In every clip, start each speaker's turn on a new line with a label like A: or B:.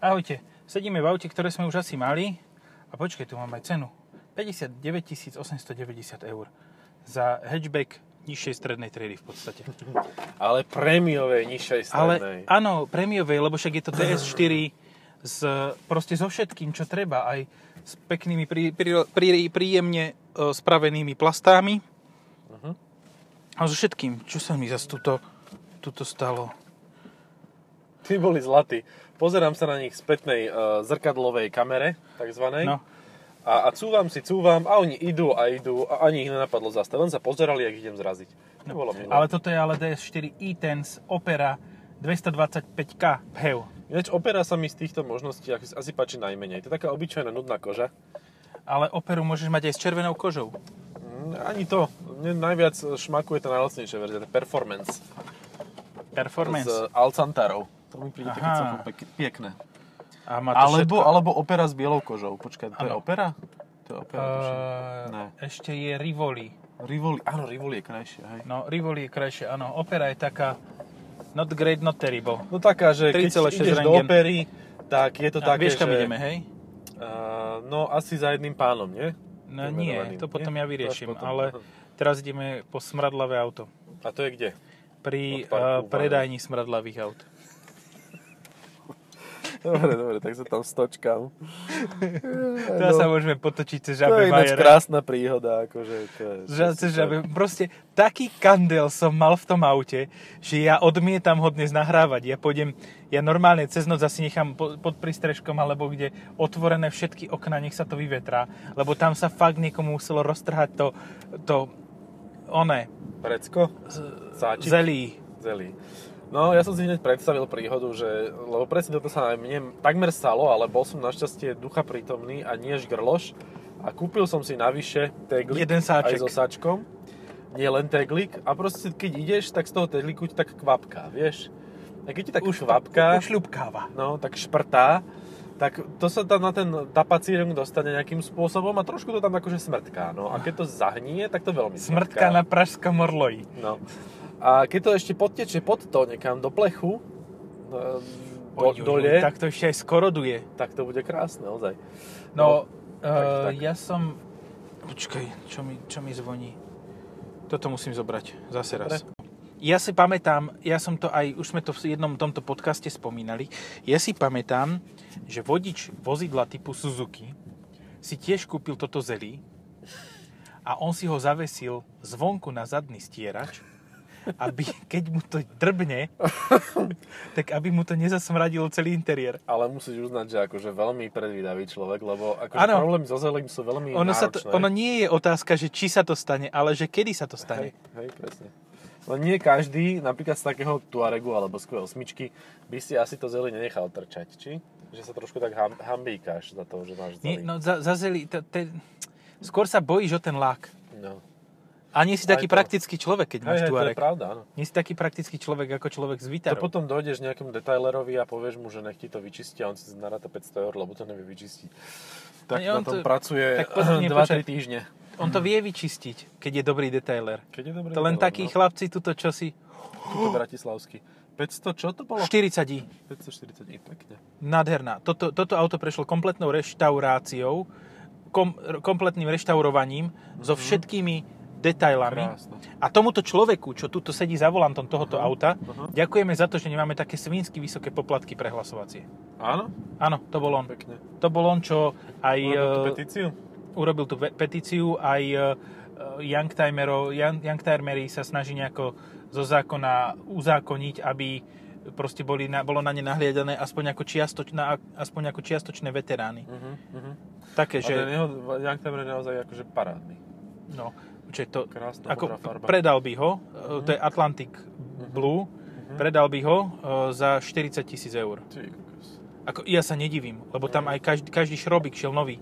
A: Ahojte, sedíme v aute, ktoré sme už asi mali. A počkaj, tu mám aj cenu. 59 890 eur. Za hatchback nižšej strednej triedy v podstate.
B: Ale prémiovej, nižšej strednej.
A: Ale áno, prémiovej, lebo však je to DS4 s, proste so všetkým, čo treba. Aj s peknými, prí, prí, prí, príjemne e, spravenými plastami. A so všetkým. Čo sa mi zase tuto, tuto stalo?
B: Tí boli zlatí. Pozerám sa na nich z spätnej e, zrkadlovej kamere, takzvanej.
A: No.
B: A, a cúvam si, cúvam a oni idú a idú a ani ich nenapadlo zastaviť. Len sa pozerali, ak ich idem zraziť. To bolo milé.
A: Ale toto je ale DS4 e-Tense Opera 225K PHEV.
B: Ináč opera sa mi z týchto možností asi asi páči najmenej. To je taká obyčajná nudná koža.
A: Ale Operu môžeš mať aj s červenou kožou.
B: Mm, Ani to. Mne najviac šmakuje tá najlacnejšia verzia, tá performance,
A: Performance.
B: s Alcantarou. To mi príde také
A: Aha.
B: celkom pek- pekné.
A: A má to
B: Alebo,
A: všetko.
B: alebo opera s bielou kožou. Počkaj, to je
A: Áno.
B: opera? To je opera, tuším. Ne.
A: Uh, ešte je Rivoli.
B: Rivoli, áno, Rivoli je krajšie, hej.
A: No, Rivoli je krajšie, áno. Opera je taká not great, not terrible.
B: No taká, že keď
A: 3,6
B: ideš do
A: rengen.
B: opery, tak je to
A: A
B: také,
A: vieš, kam
B: že...
A: ideme, hej?
B: Uh, no, asi za jedným pánom, nie?
A: No nie,
B: Vymenovaným,
A: to potom
B: nie?
A: ja vyriešim,
B: To až potom.
A: ale teraz ideme po smradlavé auto.
B: A to je kde?
A: Pri
B: Od
A: uh,
B: parku Valen.
A: predajni smradlavých aut.
B: Dobre, dobre, tak sa tam stočkám.
A: Teraz sa môžeme potočiť cez
B: Eh, no, to je
A: žabe
B: ináč
A: Majera.
B: krásna príhoda, akože to je...
A: Že, že, že, proste taký kandel som mal v tom aute, že ja odmietam ho dnes nahrávať. Ja pôjdem, ja normálne cez noc asi nechám po, pod prístrežkom alebo kde otvorené všetky okna, nech sa to vyvetrá, lebo tam sa fakt niekomu muselo roztrhať to, to one,
B: Precko? Sáčik?
A: zelí.
B: Zelí. No, ja som si hneď predstavil príhodu, že, lebo presne toto sa aj mne takmer stalo, ale bol som našťastie ducha prítomný a nie žgrloš a kúpil som si navyše teglik
A: Jeden sáček.
B: aj so sačkom, nie len teglik a proste keď ideš, tak z toho tegliku ti tak kvapká, vieš? A keď ti tak už kvapká,
A: Už ľubkáva.
B: no, tak šprtá, tak to sa tam na ten tapacírok dostane nejakým spôsobom a trošku to tam akože smrtká, no. A keď to zahnie, tak to veľmi smrtká.
A: Smrtka na pražskom orloji.
B: No. A keď to ešte podteče pod to niekam do plechu, e,
A: Oj, oj,
B: do,
A: oj,
B: dole,
A: Tak
B: tak...
A: to ešte aj skoroduje.
B: tak to bude krásne, ozaj.
A: No,
B: takže
A: uh,
B: tak.
A: ja som... Počkaj, čo mi, čo mi zvoní? Toto musím zobrať zase raz. Ja si pamätám, ja som to aj, už sme to v jednom tomto podcaste spomínali, ja si pamätám, že vodič vozidla typu Suzuki si tiež kúpil toto zelí a on si ho zavesil zvonku na zadný stierač, aby keď mu to drbne, tak aby mu to nezasmradilo celý interiér.
B: Ale musíš uznať, že akože veľmi predvídavý človek, lebo akože
A: Áno.
B: problémy so zelím sú veľmi
A: Ono, sa
B: náročné.
A: to, ono nie je otázka, že či sa to stane, ale že kedy sa to
B: Hej,
A: stane.
B: hej, presne. Len nie každý, napríklad z takého Tuaregu alebo z Q8, by si asi to zeli nenechal trčať, či? Že sa trošku tak ham, hambíkáš za to, že máš
A: Nie,
B: zeli.
A: no za, za zeli, to, te, skôr sa bojíš o ten lák.
B: no.
A: A nie si
B: Aj
A: taký
B: to.
A: praktický človek, keď máš
B: Hej, hej, to je
A: Tuareg.
B: pravda, áno.
A: Nie si taký praktický človek ako človek s
B: To
A: výtarou.
B: potom dojdeš nejakému detailerovi a povieš mu, že nech ti to vyčistí a on si naráta 500 eur, lebo to nevie vyčistiť. Tak
A: Nie,
B: na
A: on to-
B: tom pracuje
A: tak potom
B: 2-3
A: nie, počkaj.
B: týždne.
A: On to vie vyčistiť, keď je dobrý detailer.
B: Keď je dobrý
A: To len
B: detailer,
A: takí
B: no.
A: chlapci tuto čo si...
B: Tuto bratislavský. 500, čo to bolo?
A: 40 dí.
B: 540, i pekne.
A: Nádherná. Toto, toto auto prešlo kompletnou reštauráciou, kom, kompletným reštaurovaním,
B: Mhm.
A: so všetkými detailami.
B: Krásne.
A: A tomuto človeku, čo tuto sedí za volantom tohoto auta, ďakujeme za to, že nemáme také svínsky vysoké poplatky prehlasovacie.
B: Áno,
A: Áno, to bol on.
B: pekne.
A: To bol on, čo aj
B: Urobil tú
A: e,
B: petíciu?
A: urobil tú ve- petíciu, aj e, youngtimerov- young- youngtimeri sa snaží nejako zo zákona uzákoniť, aby proste boli na, bolo na ne nahliadané aspoň ako, čiastočná, aspoň ako čiastočné veterány.
B: Mhm, mhm.
A: Také,
B: Že...
A: že...
B: Ale jeho, Young Timer je naozaj akože parádny.
A: No, čiže to,
B: Krásna
A: ako,
B: modrá farba.
A: predal by ho, e, to je Atlantic Blue, predal by ho e, za 40 tisíc eur.
B: Ty kokos.
A: Ako, ja sa nedivím, lebo tam aj každý, každý šrobík šiel nový.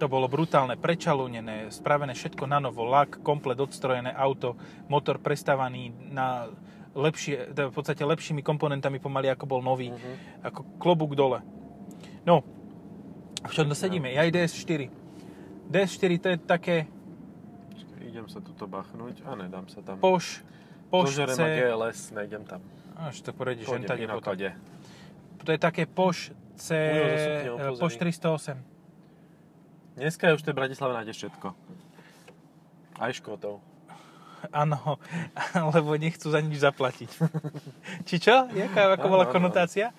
A: To bolo brutálne, prečalúnené, spravené všetko na novo, lak, komplet odstrojené auto, motor prestávaný na lepšie, teda v podstate lepšími komponentami pomaly ako bol nový, ako klobúk dole. No, v čom to sedíme? Ja aj DS4. DS4 to je také
B: Čakaj, idem sa tuto bachnúť a nedám sa tam.
A: poš, pošce...
B: Požerem a GLS, nejdem tam.
A: Až to poradíš, len
B: Pôjdem
A: tady potom.
B: inokade.
A: To je také Poš C, eh,
B: Ujo, zase pne oplozený.
A: Poš 308.
B: Dneska je už v tej Bratislave nájdeš všetko. Aj škotov.
A: Áno, lebo nechcú za nič zaplatiť. Či čo? Jaká, ako
B: Áno,
A: bola
B: áno. No,
A: konotácia?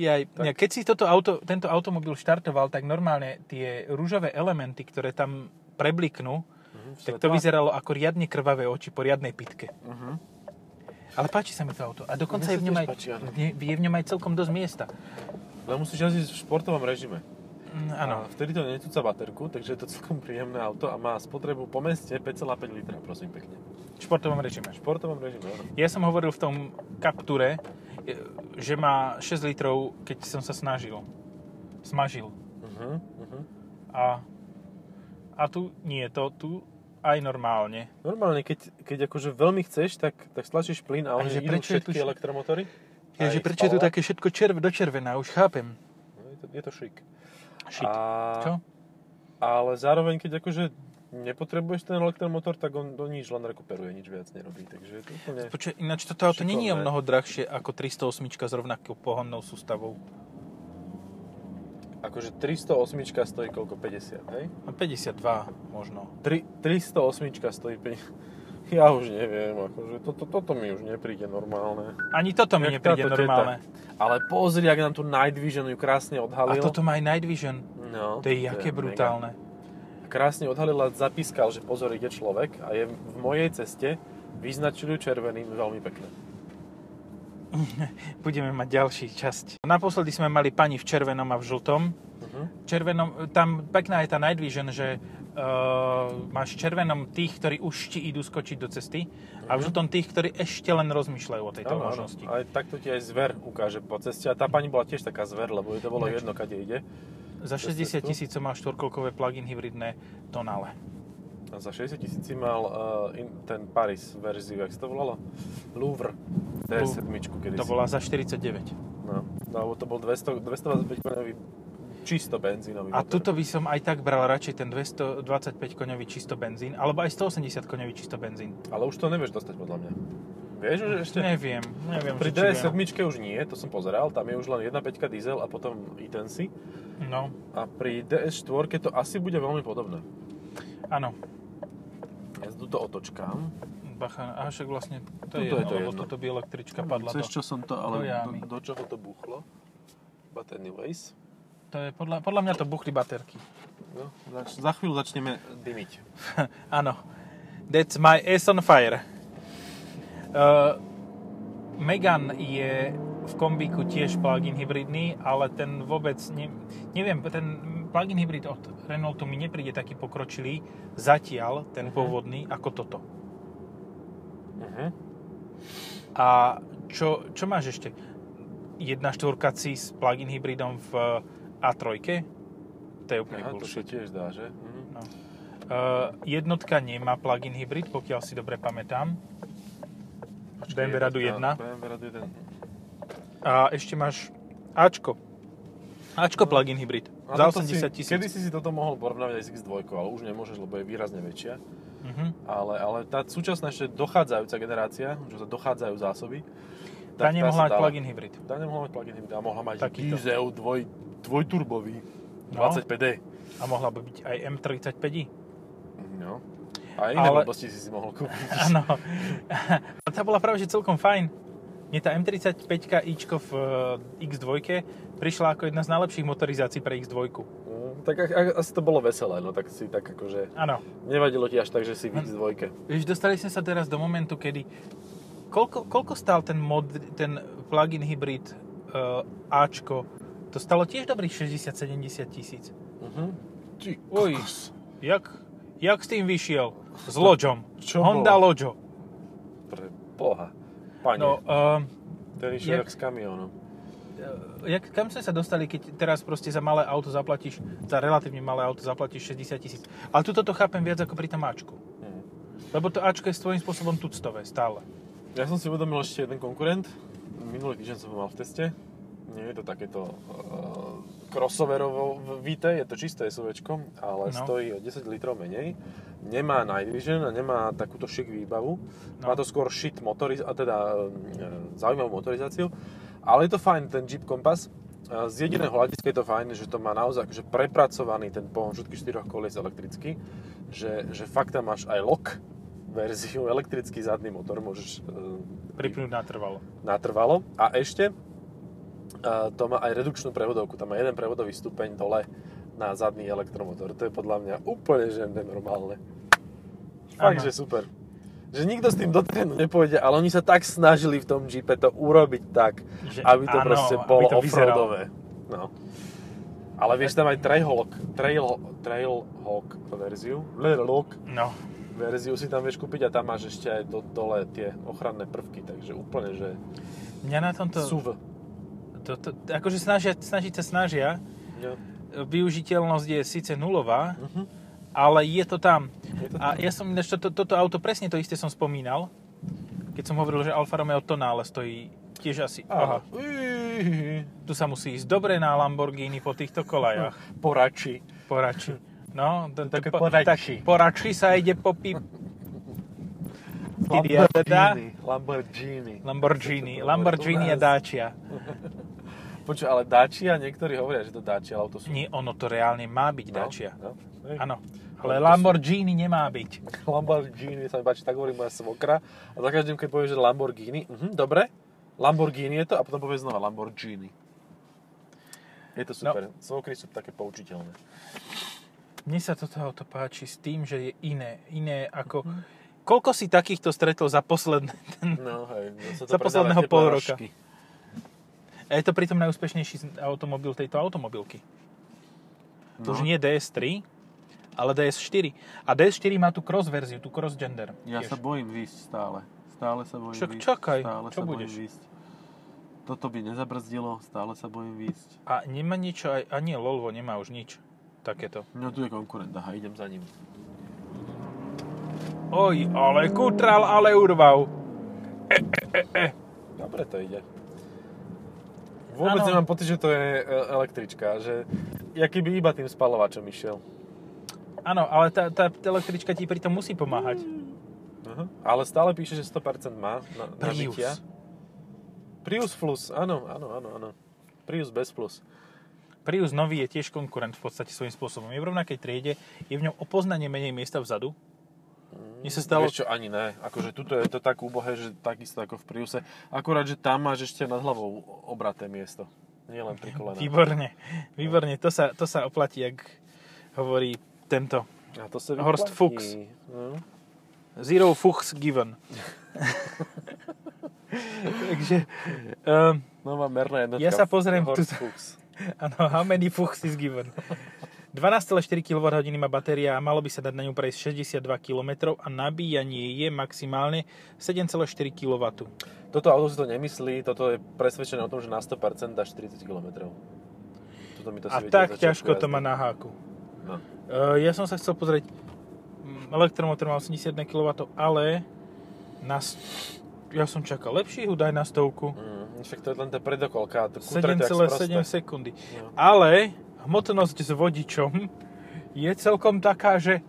A: Jaj, ne, keď si toto auto, tento automobil štartoval, tak normálne tie rúžové elementy, ktoré tam prebliknú, tak to vyzeralo ako riadne krvavé oči po riadnej pitke.
B: Uh-huh.
A: Ale páči sa mi to auto. A dokonca
B: Mne
A: je
B: sa
A: v, ňom
B: tiež
A: aj,
B: páči, áno.
A: je, je v ňom aj celkom dosť miesta.
B: No musíš jazdiť v športovom režime.
A: Mm, Áno.
B: A vtedy to netúca baterku, takže je to celkom príjemné auto a má spotrebu po meste 5,5 litra, prosím pekne.
A: V športovom režime.
B: V športovom režime, áno.
A: Ja som hovoril v tom kapture, e, že má 6 litrov, keď som sa snažil. Smažil. Mhm,
B: Uh-huh, uh-huh.
A: A, a tu nie, to tu aj normálne.
B: Normálne, keď, keď akože veľmi chceš, tak, tak stlačíš plyn a
A: A
B: oni
A: že
B: idú
A: prečo je tu
B: všetky
A: š-
B: elektromotory. Aj
A: Ježe, prečo je tu
B: spála.
A: také všetko červ, do červená, už chápem.
B: No, je, to, je to šik.
A: Shit.
B: A,
A: Čo?
B: Ale zároveň, keď akože nepotrebuješ ten elektromotor, tak on do nič len rekuperuje, nič viac nerobí. Takže je to úplne...
A: Počuj, ináč toto auto není o
B: Šikovné.
A: mnoho drahšie ako 308 s rovnakou pohonnou sústavou.
B: Akože 308 stojí koľko? 50, hej?
A: No 52 možno.
B: Tri, 308 stojí 50. Ja už neviem, akože toto, toto mi už nepríde normálne.
A: Ani toto mi
B: Jak
A: nepríde
B: táto
A: normálne.
B: Ale pozri, ak nám tu Night Vision ju krásne
A: A
B: odhalil.
A: toto má aj Night Vision.
B: No,
A: To je jaké
B: mega.
A: brutálne.
B: Krásne odhalila, zapískal, že pozor, ide človek a je v mojej ceste vyznačili ju červeným veľmi pekne.
A: Budeme mať ďalší časť. Naposledy sme mali pani v červenom a v žltom.
B: Uh-huh.
A: Červenom, tam pekná je tá Night Vision, že uh, máš v červenom tých, ktorí už ti idú skočiť do cesty a
B: Mhm.
A: v žltom tých, ktorí ešte len rozmýšľajú o tejto možnosti.
B: Aj takto ti aj zver ukáže po ceste. A tá pani bola tiež taká zver, lebo jej to bolo
A: Ináč-
B: jedno, kade ide.
A: Za 60
B: cestu.
A: tisíc má štvorkolkové plug-in hybridné Tonale.
B: A za 60 tisíc si mal uh, in, ten Paris verziu, jak sa to volalo? Louvre. DS7, kedy
A: To bola za 49.
B: No, no, to bol 200, 225 koňový čisto benzínový.
A: A
B: motor.
A: tuto by som aj tak bral radšej ten 225 koňový čisto benzín, alebo aj 180 koňový čisto benzín.
B: Ale už to nevieš dostať podľa mňa. Vieš už ešte?
A: Neviem, neviem.
B: Pri
A: že či
B: DS7
A: viem.
B: už nie, to som pozeral, tam je už len 1.5 diesel a potom i-tensi.
A: No,
B: A pri DS4 to asi bude veľmi podobné.
A: áno.
B: Ja tu to otočkám.
A: Bacha, a však vlastne to je
B: Tuto je
A: jedno,
B: to
A: lebo
B: jedno.
A: toto by električka padla do...
B: čo som to,
A: ale do jamy.
B: do, do čoho to buchlo? But anyways.
A: To je podľa, podľa mňa to buchli baterky.
B: No, zač- za chvíľu začneme dymiť.
A: Áno. That's my ass on fire. Uh, Megan je v kombíku tiež plug-in hybridný, ale ten vôbec, ne, neviem, ten plug-in hybrid od Renaultu mi nepríde taký pokročilý zatiaľ,
B: Mhm.
A: ten pôvodný, ako toto.
B: Uh-huh.
A: A čo, čo máš ešte? 1.4 si s plug-in hybridom v A3? To je úplne
B: Aha, to sa
A: bullshit.
B: tiež dá, že? Mhm.
A: No. Uh, jednotka nemá plug-in hybrid, pokiaľ si dobre pamätám. BMW Radu 1.
B: BMW Radu 1.
A: A ešte máš Ačko. Ačko plug-in hybrid.
B: No. A
A: Za
B: toto
A: 80
B: si-
A: tisíc.
B: Kedy si si toto mohol porovnávať aj s X2, ale už nemôžeš, lebo je výrazne väčšia.
A: Mhm.
B: Ale, ale tá súčasná ešte dochádzajúca generácia, že sa dochádzajú zásoby,
A: Tá nemohla
B: sa
A: mať
B: dala-
A: plug-in hybrid.
B: Tá nemohla mať plug-in hybrid, a mohla mať
A: Takýto.
B: diesel dvoj, dvojturbový
A: No.
B: 25D.
A: A mohla by byť aj M35i.
B: No. A iné
A: Ale-
B: ale... blbosti si si mohol kúpiť.
A: Áno. A tá bola práve že celkom fajn. Mne tá M35 ičko v eh, X2 prišla ako jedna z najlepších motorizácií pre X2.
B: Mm, tak ak, ak, asi to bolo veselé, no tak si tak akože...
A: Áno.
B: Nevadilo ti až tak, že si
A: Mhm.
B: v X2.
A: Vieš, dostali sme sa teraz do momentu, kedy... Koľko, koľko stál ten, mod, ten plug-in hybrid uh, Ačko? To stalo tiež dobrých 60-70 tisíc.
B: Uh-huh. Ty
A: Uj.
B: kokos.
A: Jak, jak s tým vyšiel? S loďom.
B: Čo
A: Honda
B: bolo?
A: Loďo.
B: Pre boha. Pane,
A: No, uh,
B: ten išiel
A: jak-
B: jak s kamionom.
A: jak, kam sme sa dostali, keď teraz proste za malé auto zaplatíš, za relatívne malé auto zaplatíš 60 tisíc. Ale tuto to chápem viac ako pri tom Ačku.
B: Mhm.
A: Lebo to Ačko je svojím spôsobom tuctové stále.
B: Ja som si uvedomil ešte jeden konkurent. Minulý týždeň som ho mal v teste. Nie je to takéto uh, crossoverovo vité, je to čisté SUVčko, ale
A: No.
B: no. stojí o 10 litrov menej. Nemá Night Vision a nemá takúto šik výbavu.
A: No.
B: Má to skôr shit motoriz- a teda e, zaujímavú motorizáciu. A Ale je to fajn, ten Jeep Compass. E, Z jediného hľadiska je to fajn, že to má naozaj akože prepracovaný ten pohon všetkých štyroch kolies elektricky, že, že fakt tam máš aj lock verziu, elektrický zadný motor môžeš eh,
A: Pripnúť natrvalo.
B: natrvalo. A ešte eh, to má aj redukčnú prevodovku, tam má jeden prevodový stupeň dole na zadný elektromotor. To je podľa mňa úplne že nenormálne. Fakt,
A: Áno.
B: že super. Že nikto s tým do terénu nepôjde, ale oni sa tak snažili v tom Jeepe to urobiť tak,
A: Že
B: aby to
A: áno,
B: proste
A: aby
B: bolo
A: to vyzeralo.
B: offroadové. No. Ale vieš, tam aj Trailhawk, trail, Trailhawk verziu, Trailhawk
A: No,
B: verziu si tam vieš kúpiť a tam máš ešte aj do, dole tie ochranné prvky, takže úplne, že
A: mňa na tomto...
B: to... SUV.
A: To, to, akože snažia, snažiť sa snažia,
B: No.
A: využiteľnosť je síce nulová,
B: Mhm.
A: ale je to tam.
B: Je to
A: A ja som ináč toto, toto auto, presne to isté som spomínal, keď som hovoril, že Alfa Romeo Tonale stojí tiež asi. Aha.
B: Aha.
A: Tu sa musí ísť dobre na Lamborghini po týchto kolajach.
B: Porači.
A: Porači. No, t-
B: Také
A: tak, po,
B: porači.
A: tak porači sa ide po pip... Ty diabeta.
B: Lamborghini.
A: Lamborghini.
B: To- to- to-
A: Lamborghini
B: to-
A: je Dacia.
B: Počuj, ale Dacia, niektorí hovoria, že to Dacia auto sú.
A: Nie, ono to reálne má byť Dacia.
B: No, no.
A: Áno. Ale
B: Ale to sú-
A: Lamborghini nemá byť.
B: Lamborghini sa mi páči, tak hovorí moja svokra. A za každým, keď povie, že Lamborghini, mhm, dobre, Lamborghini je to a potom povie znova Lamborghini. Je to
A: No.
B: super. No. Svokry sú také poučiteľné.
A: Mne sa toto auto páči s tým, že je iné. Iné ako...
B: Mhm.
A: Koľko si takýchto stretol za posledné?
B: No, hej, no sa to
A: Za
B: predáva
A: posledného
B: teplé
A: pol roka.
B: rožky.
A: A je to pritom najúspešnejší automobil tejto automobilky. To
B: No.
A: už nie DS3, ale DS4. A DS4 má tú cross verziu, tú cross gender.
B: Ja sa bojím výjsť stále. Stále sa bojím
A: Však
B: výjsť.
A: čakaj,
B: stále
A: čo
B: sa
A: budeš?
B: Bojím výjsť. Toto by nezabrzdilo, stále sa bojím výjsť.
A: A nemá niečo, aj, ani Lolvo nemá už nič takéto.
B: No tu je konkurent, aha, idem za ním.
A: Oj, ale kutral, ale urval.
B: Dobre to ide. Vôbec
A: Áno.
B: nemám pocit, že to je e, električka, že ja keby iba tým spalovačom išiel.
A: Áno, ale tá, tá električka ti pritom musí pomáhať.
B: Aha. Ale stále píše, že 100% má na, na
A: Prius.
B: bytia. Prius plus, áno, áno, áno, áno. Prius bez plus.
A: Prius nový je tiež konkurent v podstate svojím spôsobom. Je v rovnakej triede, je v ňom o poznanie menej miesta vzadu. Mne sa stalo...
B: Mm, Vieš čo, ani ne. Akože tuto je to tak úbohé, že takisto ako v Priuse. Akurát, že tam máš ešte nad hlavou obraté miesto. Nie len pri kolenách.
A: Výborne, výborne. To sa, to sa oplatí, ak hovorí tento.
B: A to sa
A: Horst
B: vyplatí.
A: Fuchs.
B: No.
A: Zero fuchs given. Takže, um,
B: Nová merná jednotka.
A: Ja sa pozriem
B: Horst
A: tuto.
B: Fuchs.
A: ano, how many fuchs is given? 12,4 kWh má batéria a malo by sa dať na ňu prejsť 62 km a nabíjanie je maximálne 7,4 kW.
B: Toto auto si to nemyslí, toto je presvedčené o tom, že na 100% dáš 40 km. Toto mi to
A: A
B: svieti od
A: tak
B: začiatku
A: ťažko to
B: jazdy.
A: má na háku.
B: No.
A: E, ja som sa chcel pozrieť, mm, elektromotor má 81 kW, ale na, st- ja som čakal lepší hudaj na stovku.
B: Mm, však to je len tá predokolka. to kutre
A: 7,7
B: to jak sprosté.
A: sekundy.
B: No.
A: Ale hmotnosť s vodičom je celkom taká, že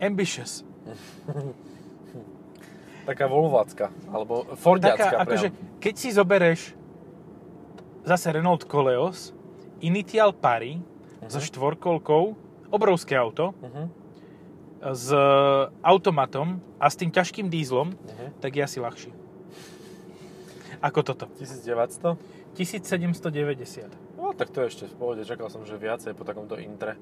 A: ambitious.
B: Taká volvácka, alebo fordiacka
A: taká,
B: priam.
A: akože, keď si zobereš zase Renault Coleos, Initial Pari so štvorkolkou, obrovské auto,
B: Mhm,
A: s automatom a s tým ťažkým dízlom,
B: mhm.
A: tak je asi ľahší. Ako toto.
B: 1900?
A: 1790.
B: No, tak to je ešte v pohode, čakal som, že viacej po takomto intre.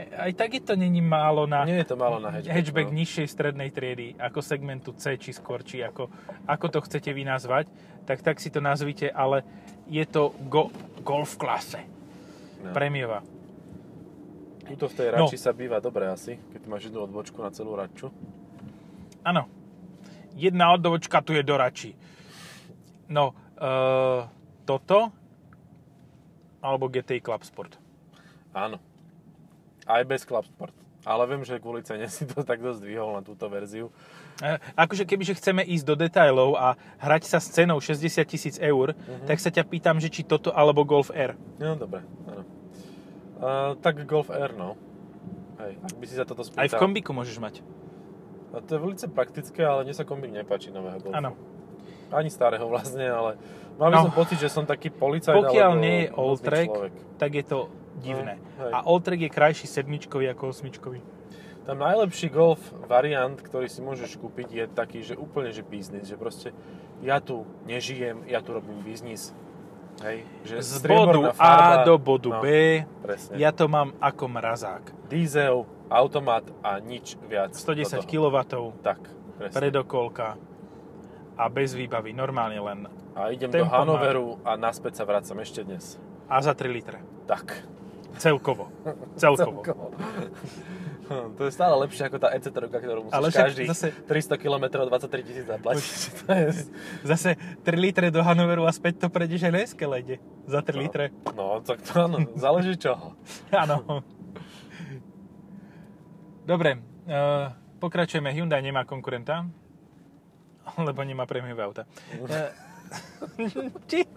A: E, Aj tak je to není málo na
B: Nie je to málo na hatchback.
A: hatchback
B: no.
A: nižšej strednej triedy, ako segmentu C, či skôr, či ako, ako to chcete vy nazvať, tak tak si to nazvite, ale je to go, golf klase,
B: No.
A: premiová.
B: Tuto v tej
A: No.
B: rači sa býva dobre asi, keď máš jednu odbočku na celú raču.
A: Áno, jedna oddovočka tu je do račí. No, e, toto, alebo GTI Club Sport.
B: Áno. Aj bez Club Sport. Ale viem, že kvôli cene si to takto zdvihol na túto verziu.
A: E, Akože kebyže chceme ísť do detajlov a hrať sa s cenou 60 tisíc eur,
B: Mhm.
A: tak sa ťa pýtam, že či toto alebo Golf R.
B: No, dobre, áno. Uh, tak Golf Air, no. Hej, ak by si za toto spýtal.
A: Aj v kombiku môžeš mať.
B: A to je velice praktické, ale mne sa kombík nepáči nového Golfu.
A: Áno.
B: Ani starého vlastne, ale
A: No.
B: mám no. som pocit, že som taký policajt
A: Pokiaľ
B: alebo
A: nie je
B: nutný
A: old track,
B: človek.
A: tak je to divné.
B: No, hej.
A: a old track je krajší sedmičkový ako osmičkový.
B: Tam najlepší golf variant, ktorý si môžeš kúpiť, je taký, že úplne, že biznis. Že proste ja tu nežijem, ja tu robím biznis. Hej, že
A: Z bodu
B: strieborná farba,
A: A do bodu
B: no,
A: B
B: Presne.
A: ja
B: Ja...
A: to mám ako mrazák.
B: Diesel, automat a nič viac.
A: 110
B: do toho.
A: kW,
B: Tak, presne.
A: predokolka a bez výbavy, normálne len.
B: A idem do
A: tempomat.
B: Hanoveru a naspäť sa vracam ešte dnes.
A: A za 3 litre.
B: Tak.
A: Celkovo. Celkovo.
B: Celkovo. Hm, To je stále lepšie ako tá ec ktorú musíš
A: Ale však
B: každých
A: zase-
B: 300 km 23 tisíc zaplatiť. To je-
A: Zase 3 litre do Hanoveru a späť to prejdeš aj na Eskelede. Za 3 litre.
B: No, tak to áno, záleží čoho.
A: Áno. Dobre, e, pokračujeme. Hyundai nemá konkurenta, lebo nemá prémiové auta.
B: Eh,
A: E, či-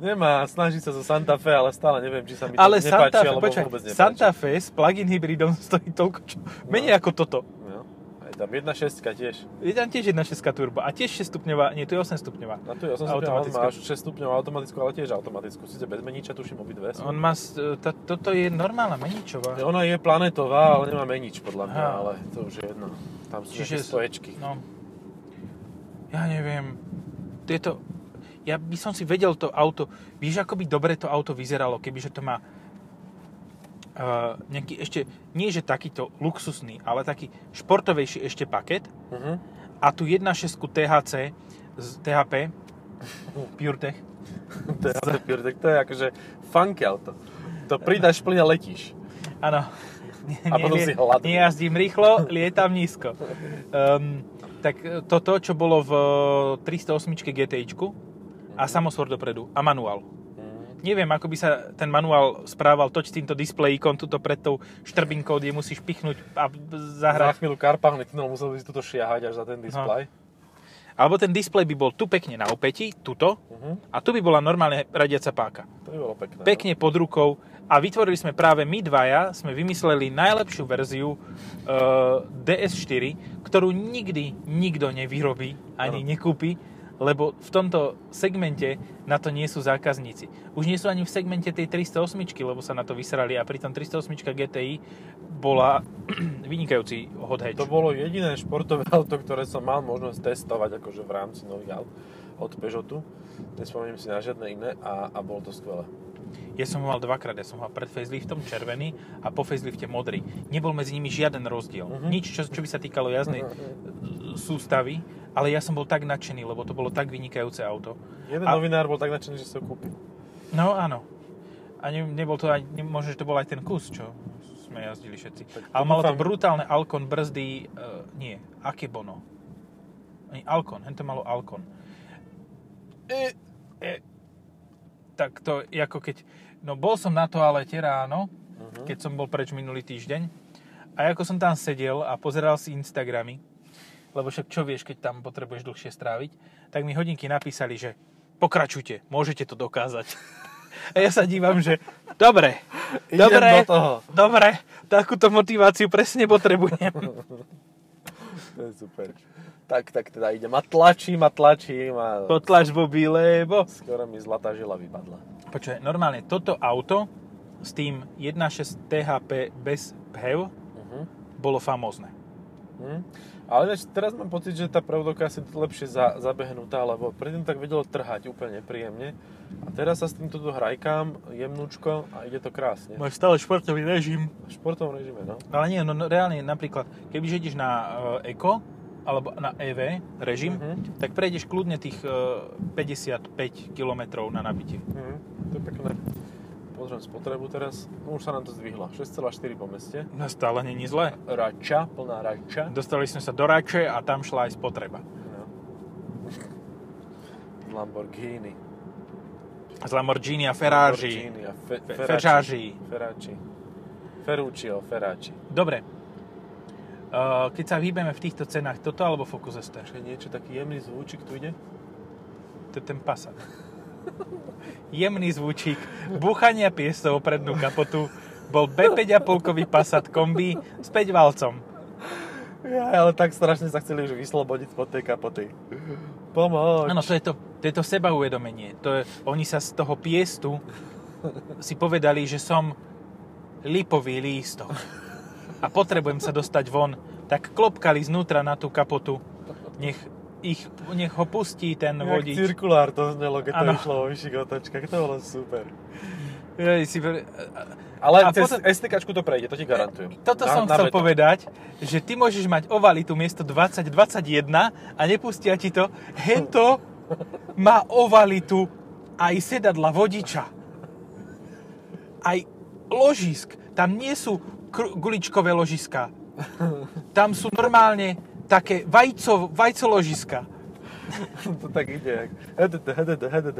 B: Nemá, snaží sa zo Santa Fe, ale stále neviem, či sa mi to
A: ale
B: nepáči,
A: Santa Fe,
B: alebo
A: počkaj,
B: vôbec nepáči.
A: Santa Fe s plug-in hybridom stojí toľko, čo, menej ako toto.
B: No, aj tam 1.6 tiež.
A: Je tam tiež 1.6 turbo a tiež 6 stupňová, nie, tu je 8 stupňová.
B: Na tu je 8
A: Automatická.
B: automatickú. Máš 6 stupňov automatickú, ale tiež automatickú. Sice bez meniča, tuším obidve. sú.
A: On má, s- e, tá, toto je normálna meničová.
B: Ona je planetová, ale nemá menič podľa mňa,
A: Aha.
B: ale to už je jedno. Tam sú
A: Čiže
B: Čiže
A: sú-
B: stoječky.
A: No, ja neviem. Tieto, ja by som si vedel to auto, vieš, ako by dobre to auto vyzeralo, kebyže to má uh, nejaký ešte, nie že takýto luxusný, ale taký športovejší ešte paket
B: Mhm.
A: a tu 1.6 THC z THP, PureTech,
B: To je Zephyr, tak to je akože funky auto. To pridáš plyn a letíš.
A: áno. Nie,
B: A potom
A: nie-
B: si hladný.
A: Nejazdím rýchlo, lietam nízko. Um, tak e, toto, čo bolo v e, 308 GTIčku
B: Mhm.
A: a samosvor dopredu a manuál. Neviem, ako by sa ten manuál správal, toč s týmto displejíkom, tuto pred tou štrbinkou, kde musíš pichnúť a b-
B: Za
A: zahrať.
B: chvíľu karpáhny tunel musel by si tuto šiahať až za ten display.
A: Alebo ten displej by bol tu pekne na opäti, tuto,
B: Mhm.
A: a tu by bola normálne radiaca páka.
B: To by bolo pekné.
A: Pekne pod rukou a vytvorili sme práve my dvaja, sme vymysleli najlepšiu verziu e, DS4, ktorú nikdy nikto nevyrobí ani
B: Áno.
A: nekúpi, lebo v tomto segmente na to nie sú zákazníci. Už nie sú ani v segmente tej 308, lebo sa na to vysrali a pritom 308 GTI bola vynikajúci hot hatch.
B: To bolo jediné športové auto, ktoré som mal možnosť testovať akože v rámci nových aut od Peugeotu. Nespomínam si na žiadne iné a, a bolo to skvelé.
A: Ja som ho mal dvakrát, ja som ho mal pred faceliftom červený a po facelifte modrý. Nebol medzi nimi žiaden rozdiel.
B: Mhm.
A: Nič, čo, čo by sa týkalo jazdnej e, sústavy, ale ja som bol tak nadšený, lebo to bolo tak vynikajúce auto.
B: Jeden
A: A-
B: novinár bol tak nadšený, že si ho kúpil.
A: No áno. A ne, nebol to aj, ne, možno, že to bol aj ten kus, čo sme jazdili všetci.
B: Tak
A: Ale malo to
B: dúfam.
A: brutálne Alcon brzdy, uh, nie, Akebono. Ani Alcon, hen to malo Alcon.
B: E,
A: Tak to je ako keď, no bol som na toalete ráno,
B: Mhm.
A: keď som bol preč minulý týždeň. A ako som tam sedel a pozeral si Instagramy, lebo však čo vieš, keď tam potrebuješ dlhšie stráviť, tak mi hodinky napísali, že pokračujte, môžete to dokázať. A ja sa dívam, že dobre,
B: Idem
A: dobre,
B: do toho.
A: dobre, takúto motiváciu presne potrebujem.
B: To je super. Tak, tak teda idem a tlačím a tlačím a
A: Potlač Bobby, lebo...
B: skoro mi zlatá žila vypadla.
A: Počuaj, normálne toto auto s tým 1.6 THP bez PHEV
B: Mhm.
A: bolo famózne.
B: Hm? Ale ináč, teraz mám pocit, že tá pravdoka je lepšie za, zabehnutá, lebo predtým tak vedelo trhať úplne príjemne. A teraz sa s týmto tu hrajkám jemnúčko a ide to krásne.
A: Máš stále športový režim.
B: V športovom režime, no.
A: Ale nie, no, no reálne napríklad, kebyže ideš na e, Eco, alebo na EV režim,
B: Mhm.
A: tak prejdeš kľudne tých e, 55 km na nabitie.
B: Mhm. To je pekné. Pozriem spotrebu teraz. No, už sa nám to zdvihlo. 6,4 po meste.
A: No stále není zle.
B: Rača, plná rača.
A: Dostali sme sa do Rače a tam šla aj spotreba.
B: No. Lamborghini.
A: Z Lamborghini a Ferrari.
B: Lamborghini a fe,
A: Fe-
B: Ferrari. Ferrari. Ferruccio, Ferrari.
A: Dobre. E, keď sa vyhybeme v týchto cenách, toto alebo Focus ST?
B: Čo je niečo taký jemný zvúčik tu ide?
A: To je ten Passat. Jemný zvučík, buchania piesov prednú kapotu, bol B5,5-kový Passat kombi s 5 valcom.
B: Ja, ale tak strašne sa chceli už vyslobodiť spod tej kapoty. Pomôž.
A: Áno, to je to, to, je to sebauvedomenie. To je, oni sa z toho piestu si povedali, že som lipový lístok a potrebujem sa dostať von. Tak klopkali znútra na tú kapotu. Nech, ich, nech ho pustí ten
B: Jak
A: vodič.
B: cirkulár to znelo, keď to
A: Áno.
B: išlo o vyšších otočkách. To bolo super.
A: Jej, si pre-
B: Ale
A: A
B: cez
A: potom-
B: STKčku to prejde, to ti garantujem.
A: Toto som chcel
B: veto.
A: povedať, že ty môžeš mať ovalitu miesto 20-21 a nepustia ti to. Hento má ovalitu aj sedadla vodiča. Aj ložisk. Tam nie sú kr- guličkové ložiska. Tam sú normálne také vajco, vajcoložiska.
B: To tak ide. jak HDD, HDD, HDD.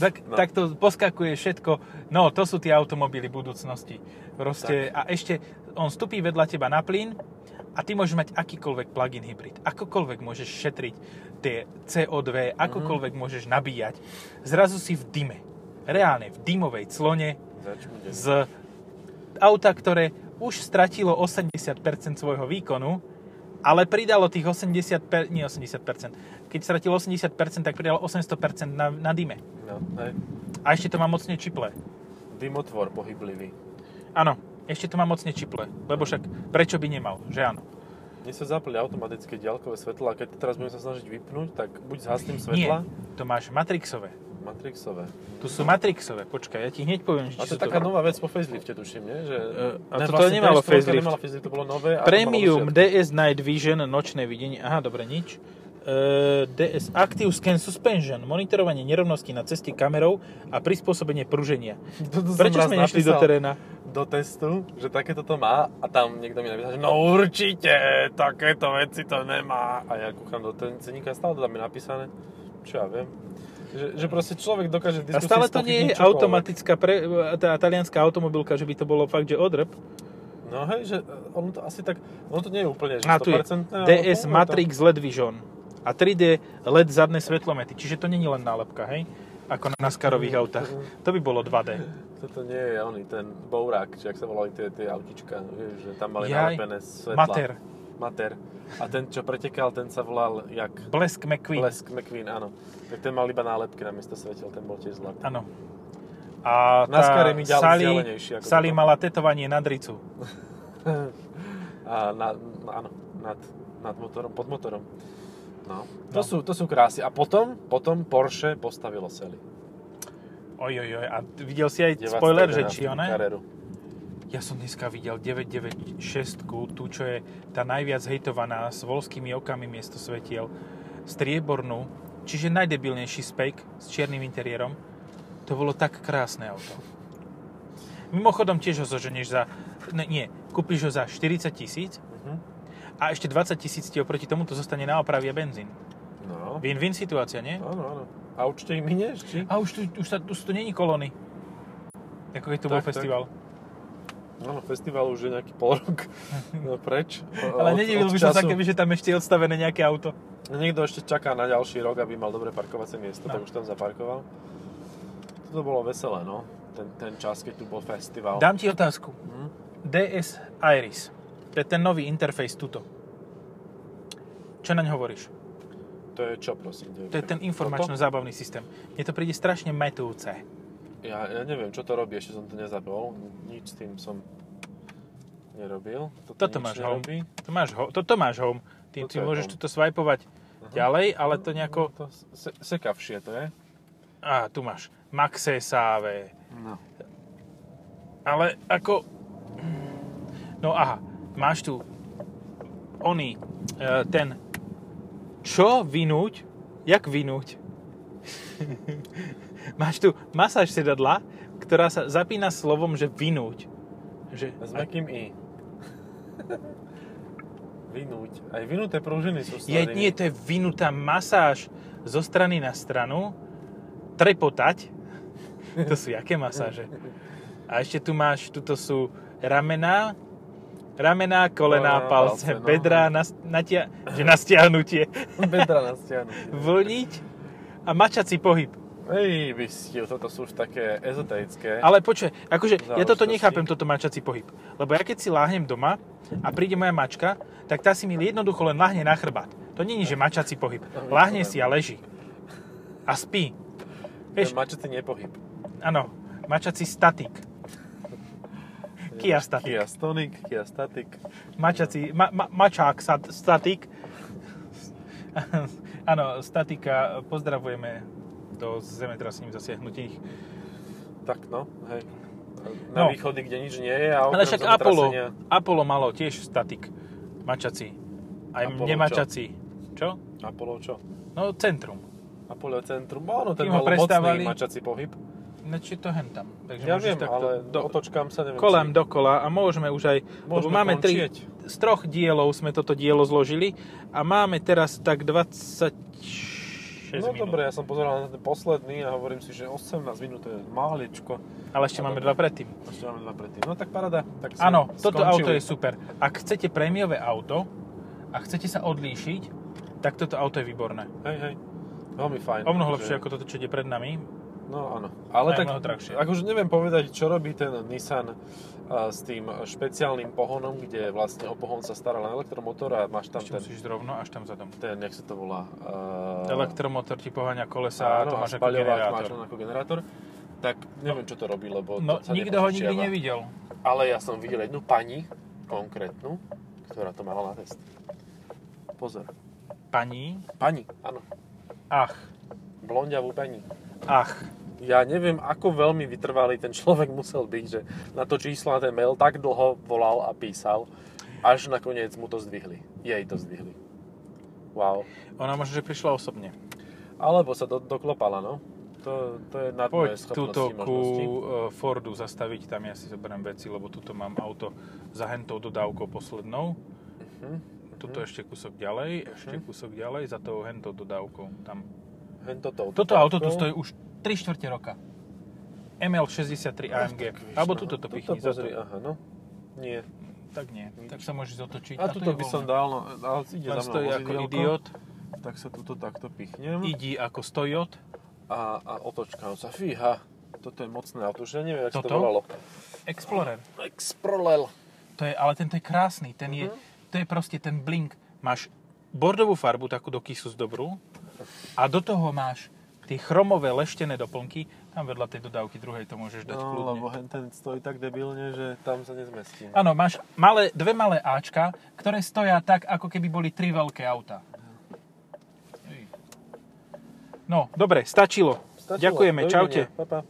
A: Tak,
B: No.
A: no. tak to poskakuje všetko. No, to sú tie automobily budúcnosti. Proste, a ešte on stupí vedľa teba na plyn a ty môžeš mať akýkoľvek plug-in hybrid. Akokoľvek môžeš šetriť tie CO2, akokoľvek môžeš nabíjať. Zrazu si v dyme. Reálne v dymovej clone
B: Začmudenie.
A: z auta, ktoré už stratilo 80% svojho výkonu, ale pridalo tých 80%, per- nie 80%, keď stratilo 80%, tak pridalo 800% na, na dyme.
B: No, hej.
A: A ešte to má mocne čiple.
B: Dymotvor pohyblivý.
A: Áno, ešte to má mocne čiple. Lebo však prečo by nemal, že áno?
B: Mne sa zapli automatické ďalkové svetla a keď teraz budem sa snažiť vypnúť, tak buď zhasnem
A: Nie,
B: svetla,
A: to máš matrixové.
B: Matrixové.
A: Tu sú matrixové, počkaj, ja ti hneď poviem, že
B: A
A: či
B: to
A: sú
B: je taká
A: to...
B: nová vec po facelifte, tuším, nie? Že...
A: E, a toto nemalo
B: DS4
A: facelift.
B: Nemala facelift, to bolo nové. a to malo
A: Premium
B: rozšiatku.
A: DS Night Vision, nočné videnie, aha, dobre, nič. E, DS Active Scan Suspension, monitorovanie nerovností na ceste kamerou a prispôsobenie pruženia.
B: To- to som
A: Prečo
B: raz
A: sme nešli do
B: napísal
A: teréna?
B: Do testu, že takéto to má a tam niekto mi napísal, že no určite, takéto veci to nemá. A ja kúkam do ten ceníka, stále to tam je napísané, čo ja viem. Že, že proste človek dokáže v
A: A
B: diskusii
A: stále to nie je
B: spochybniť čokoľvek.
A: automatická, pre, e, tá talianská automobilka, že by to bolo fakt, že odrb.
B: No hej, že ono to asi tak, ono to nie je úplne, že
A: A tu je
B: 100%, ale
A: DS
B: funguje to.
A: Matrix LED Vision a 3D LED E zadné svetlomety. Čiže to není len nálepka, hej? Ako na NASCARových autách. To by bolo 2D.
B: Toto nie je oný, ten bourák, či ak sa volali tie, tie autička, vieš, že tam mali
A: Jaj,
B: nalepené svetla.
A: Mater.
B: Mater. A ten, čo pretekal, ten sa volal jak
A: Blesk McQueen.
B: Blesk McQueen, áno. Tak ten mal iba nálepky na miesto svetel, ten bol tiež zlatý.
A: Áno. A
B: NASCAR
A: tá
B: je mi ďalej
A: Sally,
B: vzdialenejší ako
A: Sally
B: toto.
A: mala tetovanie na dricu.
B: A na, na- áno, nad, nad motorom, pod motorom. No,
A: No.
B: to, Sú, to sú krásy. A potom, potom Porsche postavilo Sally.
A: Oj, oj, oj. A videl si aj spoiler, že či ona?
B: Kareru.
A: Ja som dneska videl 996, tú, čo je tá najviac hejtovaná s volskými okami miesto svetiel, striebornú, čiže najdebilnejší spejk s čiernym interiérom. To bolo tak krásne auto. Mimochodom tiež ho zoženieš za... Ne, nie, kúpiš ho za 40 tisíc
B: Mhm.
A: a ešte 20 tisíc ti oproti tomu to zostane na opravy a benzín.
B: No,
A: Win-win situácia, nie?
B: áno, áno. A určite ich minieš, či?
A: A už tu, už sa, tu, tu není kolóny. Ako keď tu
B: Tak,
A: bol
B: tak.
A: festival.
B: Áno, festival už je nejaký pol rok no, preč. O-
A: Ale
B: od-
A: nedivil
B: od
A: by som sa,
B: času.
A: keby že tam ešte je odstavené nejaké auto.
B: Niekto ešte čaká na ďalší rok, aby mal dobré parkovacie miesto,
A: No.
B: tak už tam zaparkoval. Toto bolo veselé, no. Ten, ten čas, keď tu bol festival.
A: Dám ti otázku.
B: Mhm.
A: DS Iris. To je ten nový interfejs tuto. Čo naň hovoríš?
B: To je čo, prosím? Kde?
A: To je ten informačno-zábavný systém. Mne to príde strašne metúce.
B: Toto? Ja, ja neviem, čo to robí, ešte som to nezapol. Nič s tým som nerobil.
A: Toto
B: nič
A: máš
B: nerobí.
A: To máš ho- toto máš home. Ty,
B: Toto
A: ty
B: je
A: môžeš
B: home. Mhm.
A: tuto swipovať ďalej, ale to nejako...
B: To se, sekavšie to je.
A: Á, tu máš. Maxe Save.
B: No.
A: Ale ako... No aha, máš tu oný, e, ten... Čo vinúť? Jak vinúť? máš tu masáž sedadla, ktorá sa zapína slovom, že vinúť. Že,
B: S mekým i. Vynúť. Aj vynuté pružiny sú
A: je,
B: sladené.
A: nie, to je vinutá masáž zo strany na stranu. Trepotať. To sú jaké masáže? A ešte tu máš, tuto sú ramená, ramená, kolená,
B: Kolená,
A: palce,
B: palce, no.
A: bedrá, na, natia, že na stiahnutie,
B: Bedra na stianu.
A: vlniť a mačací pohyb.
B: Ej, by ste, toto sú už také ezoterické.
A: Ale počuj, akože ja toto
B: Záležitosti.
A: nechápem, toto mačací pohyb. Lebo ja keď si láhnem doma a príde moja mačka, tak tá si mi jednoducho len lahne na chrbát. To není, že mačací pohyb. Láhne si a leží. a spí.
B: Vieš,
A: Vieš,
B: mačetý nepohyb.
A: áno, mačací statik. Kia Static.
B: Kia Stonic, Kia Static.
A: Mačací, ma, ma, mačák sat, statik. Áno, statika, pozdravujeme do zemetrasením zasiahnutých.
B: Tak no, hej.
A: No.
B: Na východy, kde nič nie je. A
A: Ale
B: okrem
A: však Apollo,
B: zemetrasenia-
A: Apollo malo tiež statik. Mačací. Aj
B: Apollo čo?
A: nemačací. Čo?
B: Apollo čo?
A: No, centrum.
B: Apollo centrum. Áno, No, ten
A: Kým ho
B: mal
A: prestávali-
B: mocný mačací pohyb.
A: Ináč je to hentam. Takže
B: Ja
A: môžeš
B: viem,
A: takto
B: ale
A: do,
B: otočkám sa, neviem.
A: kolem
B: či-
A: dokola a môžeme už aj, lebo
B: Môžeme
A: máme tri,
B: končieť.
A: z troch dielov sme toto dielo zložili a máme teraz tak 26
B: No
A: minút.
B: dobre, ja som pozeral na ten posledný a hovorím si, že 18 minút je maličko.
A: Ale ešte máme dva predtým.
B: Ešte máme dva predtým. No tak paráda. Tak sme
A: Áno, toto
B: skončili.
A: auto je super. Ak chcete prémiové auto a chcete sa odlíšiť, tak toto auto je výborné.
B: Hej, hej. Veľmi fajn.
A: O mnoho lepšie
B: Takže-
A: ako toto, čo ide pred nami.
B: No áno. Ale
A: Aj
B: tak,
A: mnoho drahšie.
B: akože neviem povedať, čo robí ten Nissan a, s tým špeciálnym pohonom, kde vlastne o pohon sa stará len elektromotor a máš tam
A: Ešte
B: ten, No.
A: musíš ísť rovno až tam za dom.
B: ten, jak sa to volá? Uh,
A: Elektromotor ti poháňa kolesa a
B: áno,
A: to
B: a
A: máš ako
B: spaľovák máš
A: generátor.
B: len ako generátor. Tak neviem, čo to robí, lebo
A: No,
B: to sa
A: nikto ho nikdy
B: nepožičiava.
A: nevidel.
B: Ale ja som videl jednu pani konkrétnu, ktorá to mala na test. Pozor.
A: Pani,
B: Pani, áno.
A: ach,
B: Blondiavú pani.
A: ach.
B: Ja neviem, ako veľmi vytrvalý ten človek musel byť, že na to číslo, na ten mail tak dlho volal a písal, až nakoniec mu to zdvihli. Jej to zdvihli. Wow.
A: Ona možno, že prišla osobne.
B: Alebo sa do, doklopala, no. To, to No, je nad moje
A: Poď túto
B: schopnosti,
A: ku
B: možnosti.
A: e, Fordu zastaviť, tam ja si zoberiem veci, lebo tuto mám auto za hentou dodávkou poslednou.
B: Hm?
A: Tuto ešte kúsok ďalej, ešte
B: Mhm.
A: kúsok ďalej, za tou hentou dodávkou. Tam.
B: Hen toto,
A: Toto auto tu stojí už 3 čtvrte roka. ML63
B: Ach,
A: AMG.
B: tak vidíš,
A: Alebo
B: no.
A: tuto to
B: Tuto
A: pichni. za
B: pozri,
A: to.
B: aha, no. Nie.
A: Tak nie, tak sa môžeš zotočiť.
B: A, tuto
A: je
B: by
A: voľné.
B: som dal, no, ale ide
A: Len
B: za mnou
A: stojí ako
B: vozidielko,
A: idiot,
B: tak sa tuto takto pichnem.
A: idí ako stojot.
B: a, a otočkám sa. Fíha, toto je mocné auto, už ja neviem, jak sa to
A: Toto?
B: volalo.
A: Explorer.
B: Exprolel.
A: To je, ale tento je krásny, ten je,
B: Mhm.
A: to je proste ten blink. Máš bordovú farbu, takú do kisu z dobrú, a do toho máš tie chromové leštené doplnky, tam vedľa tej dodávky druhej to môžeš dať
B: No,
A: kľudne.
B: lebo hen ten stojí tak debilne, že tam sa nezmestím.
A: Áno, máš malé, dve malé Ačka, ktoré stoja tak, ako keby boli tri veľké auta. No, dobre, stačilo.
B: Stačilo.
A: Ďakujeme, čaute.
B: Dovidenia. Pa, pa.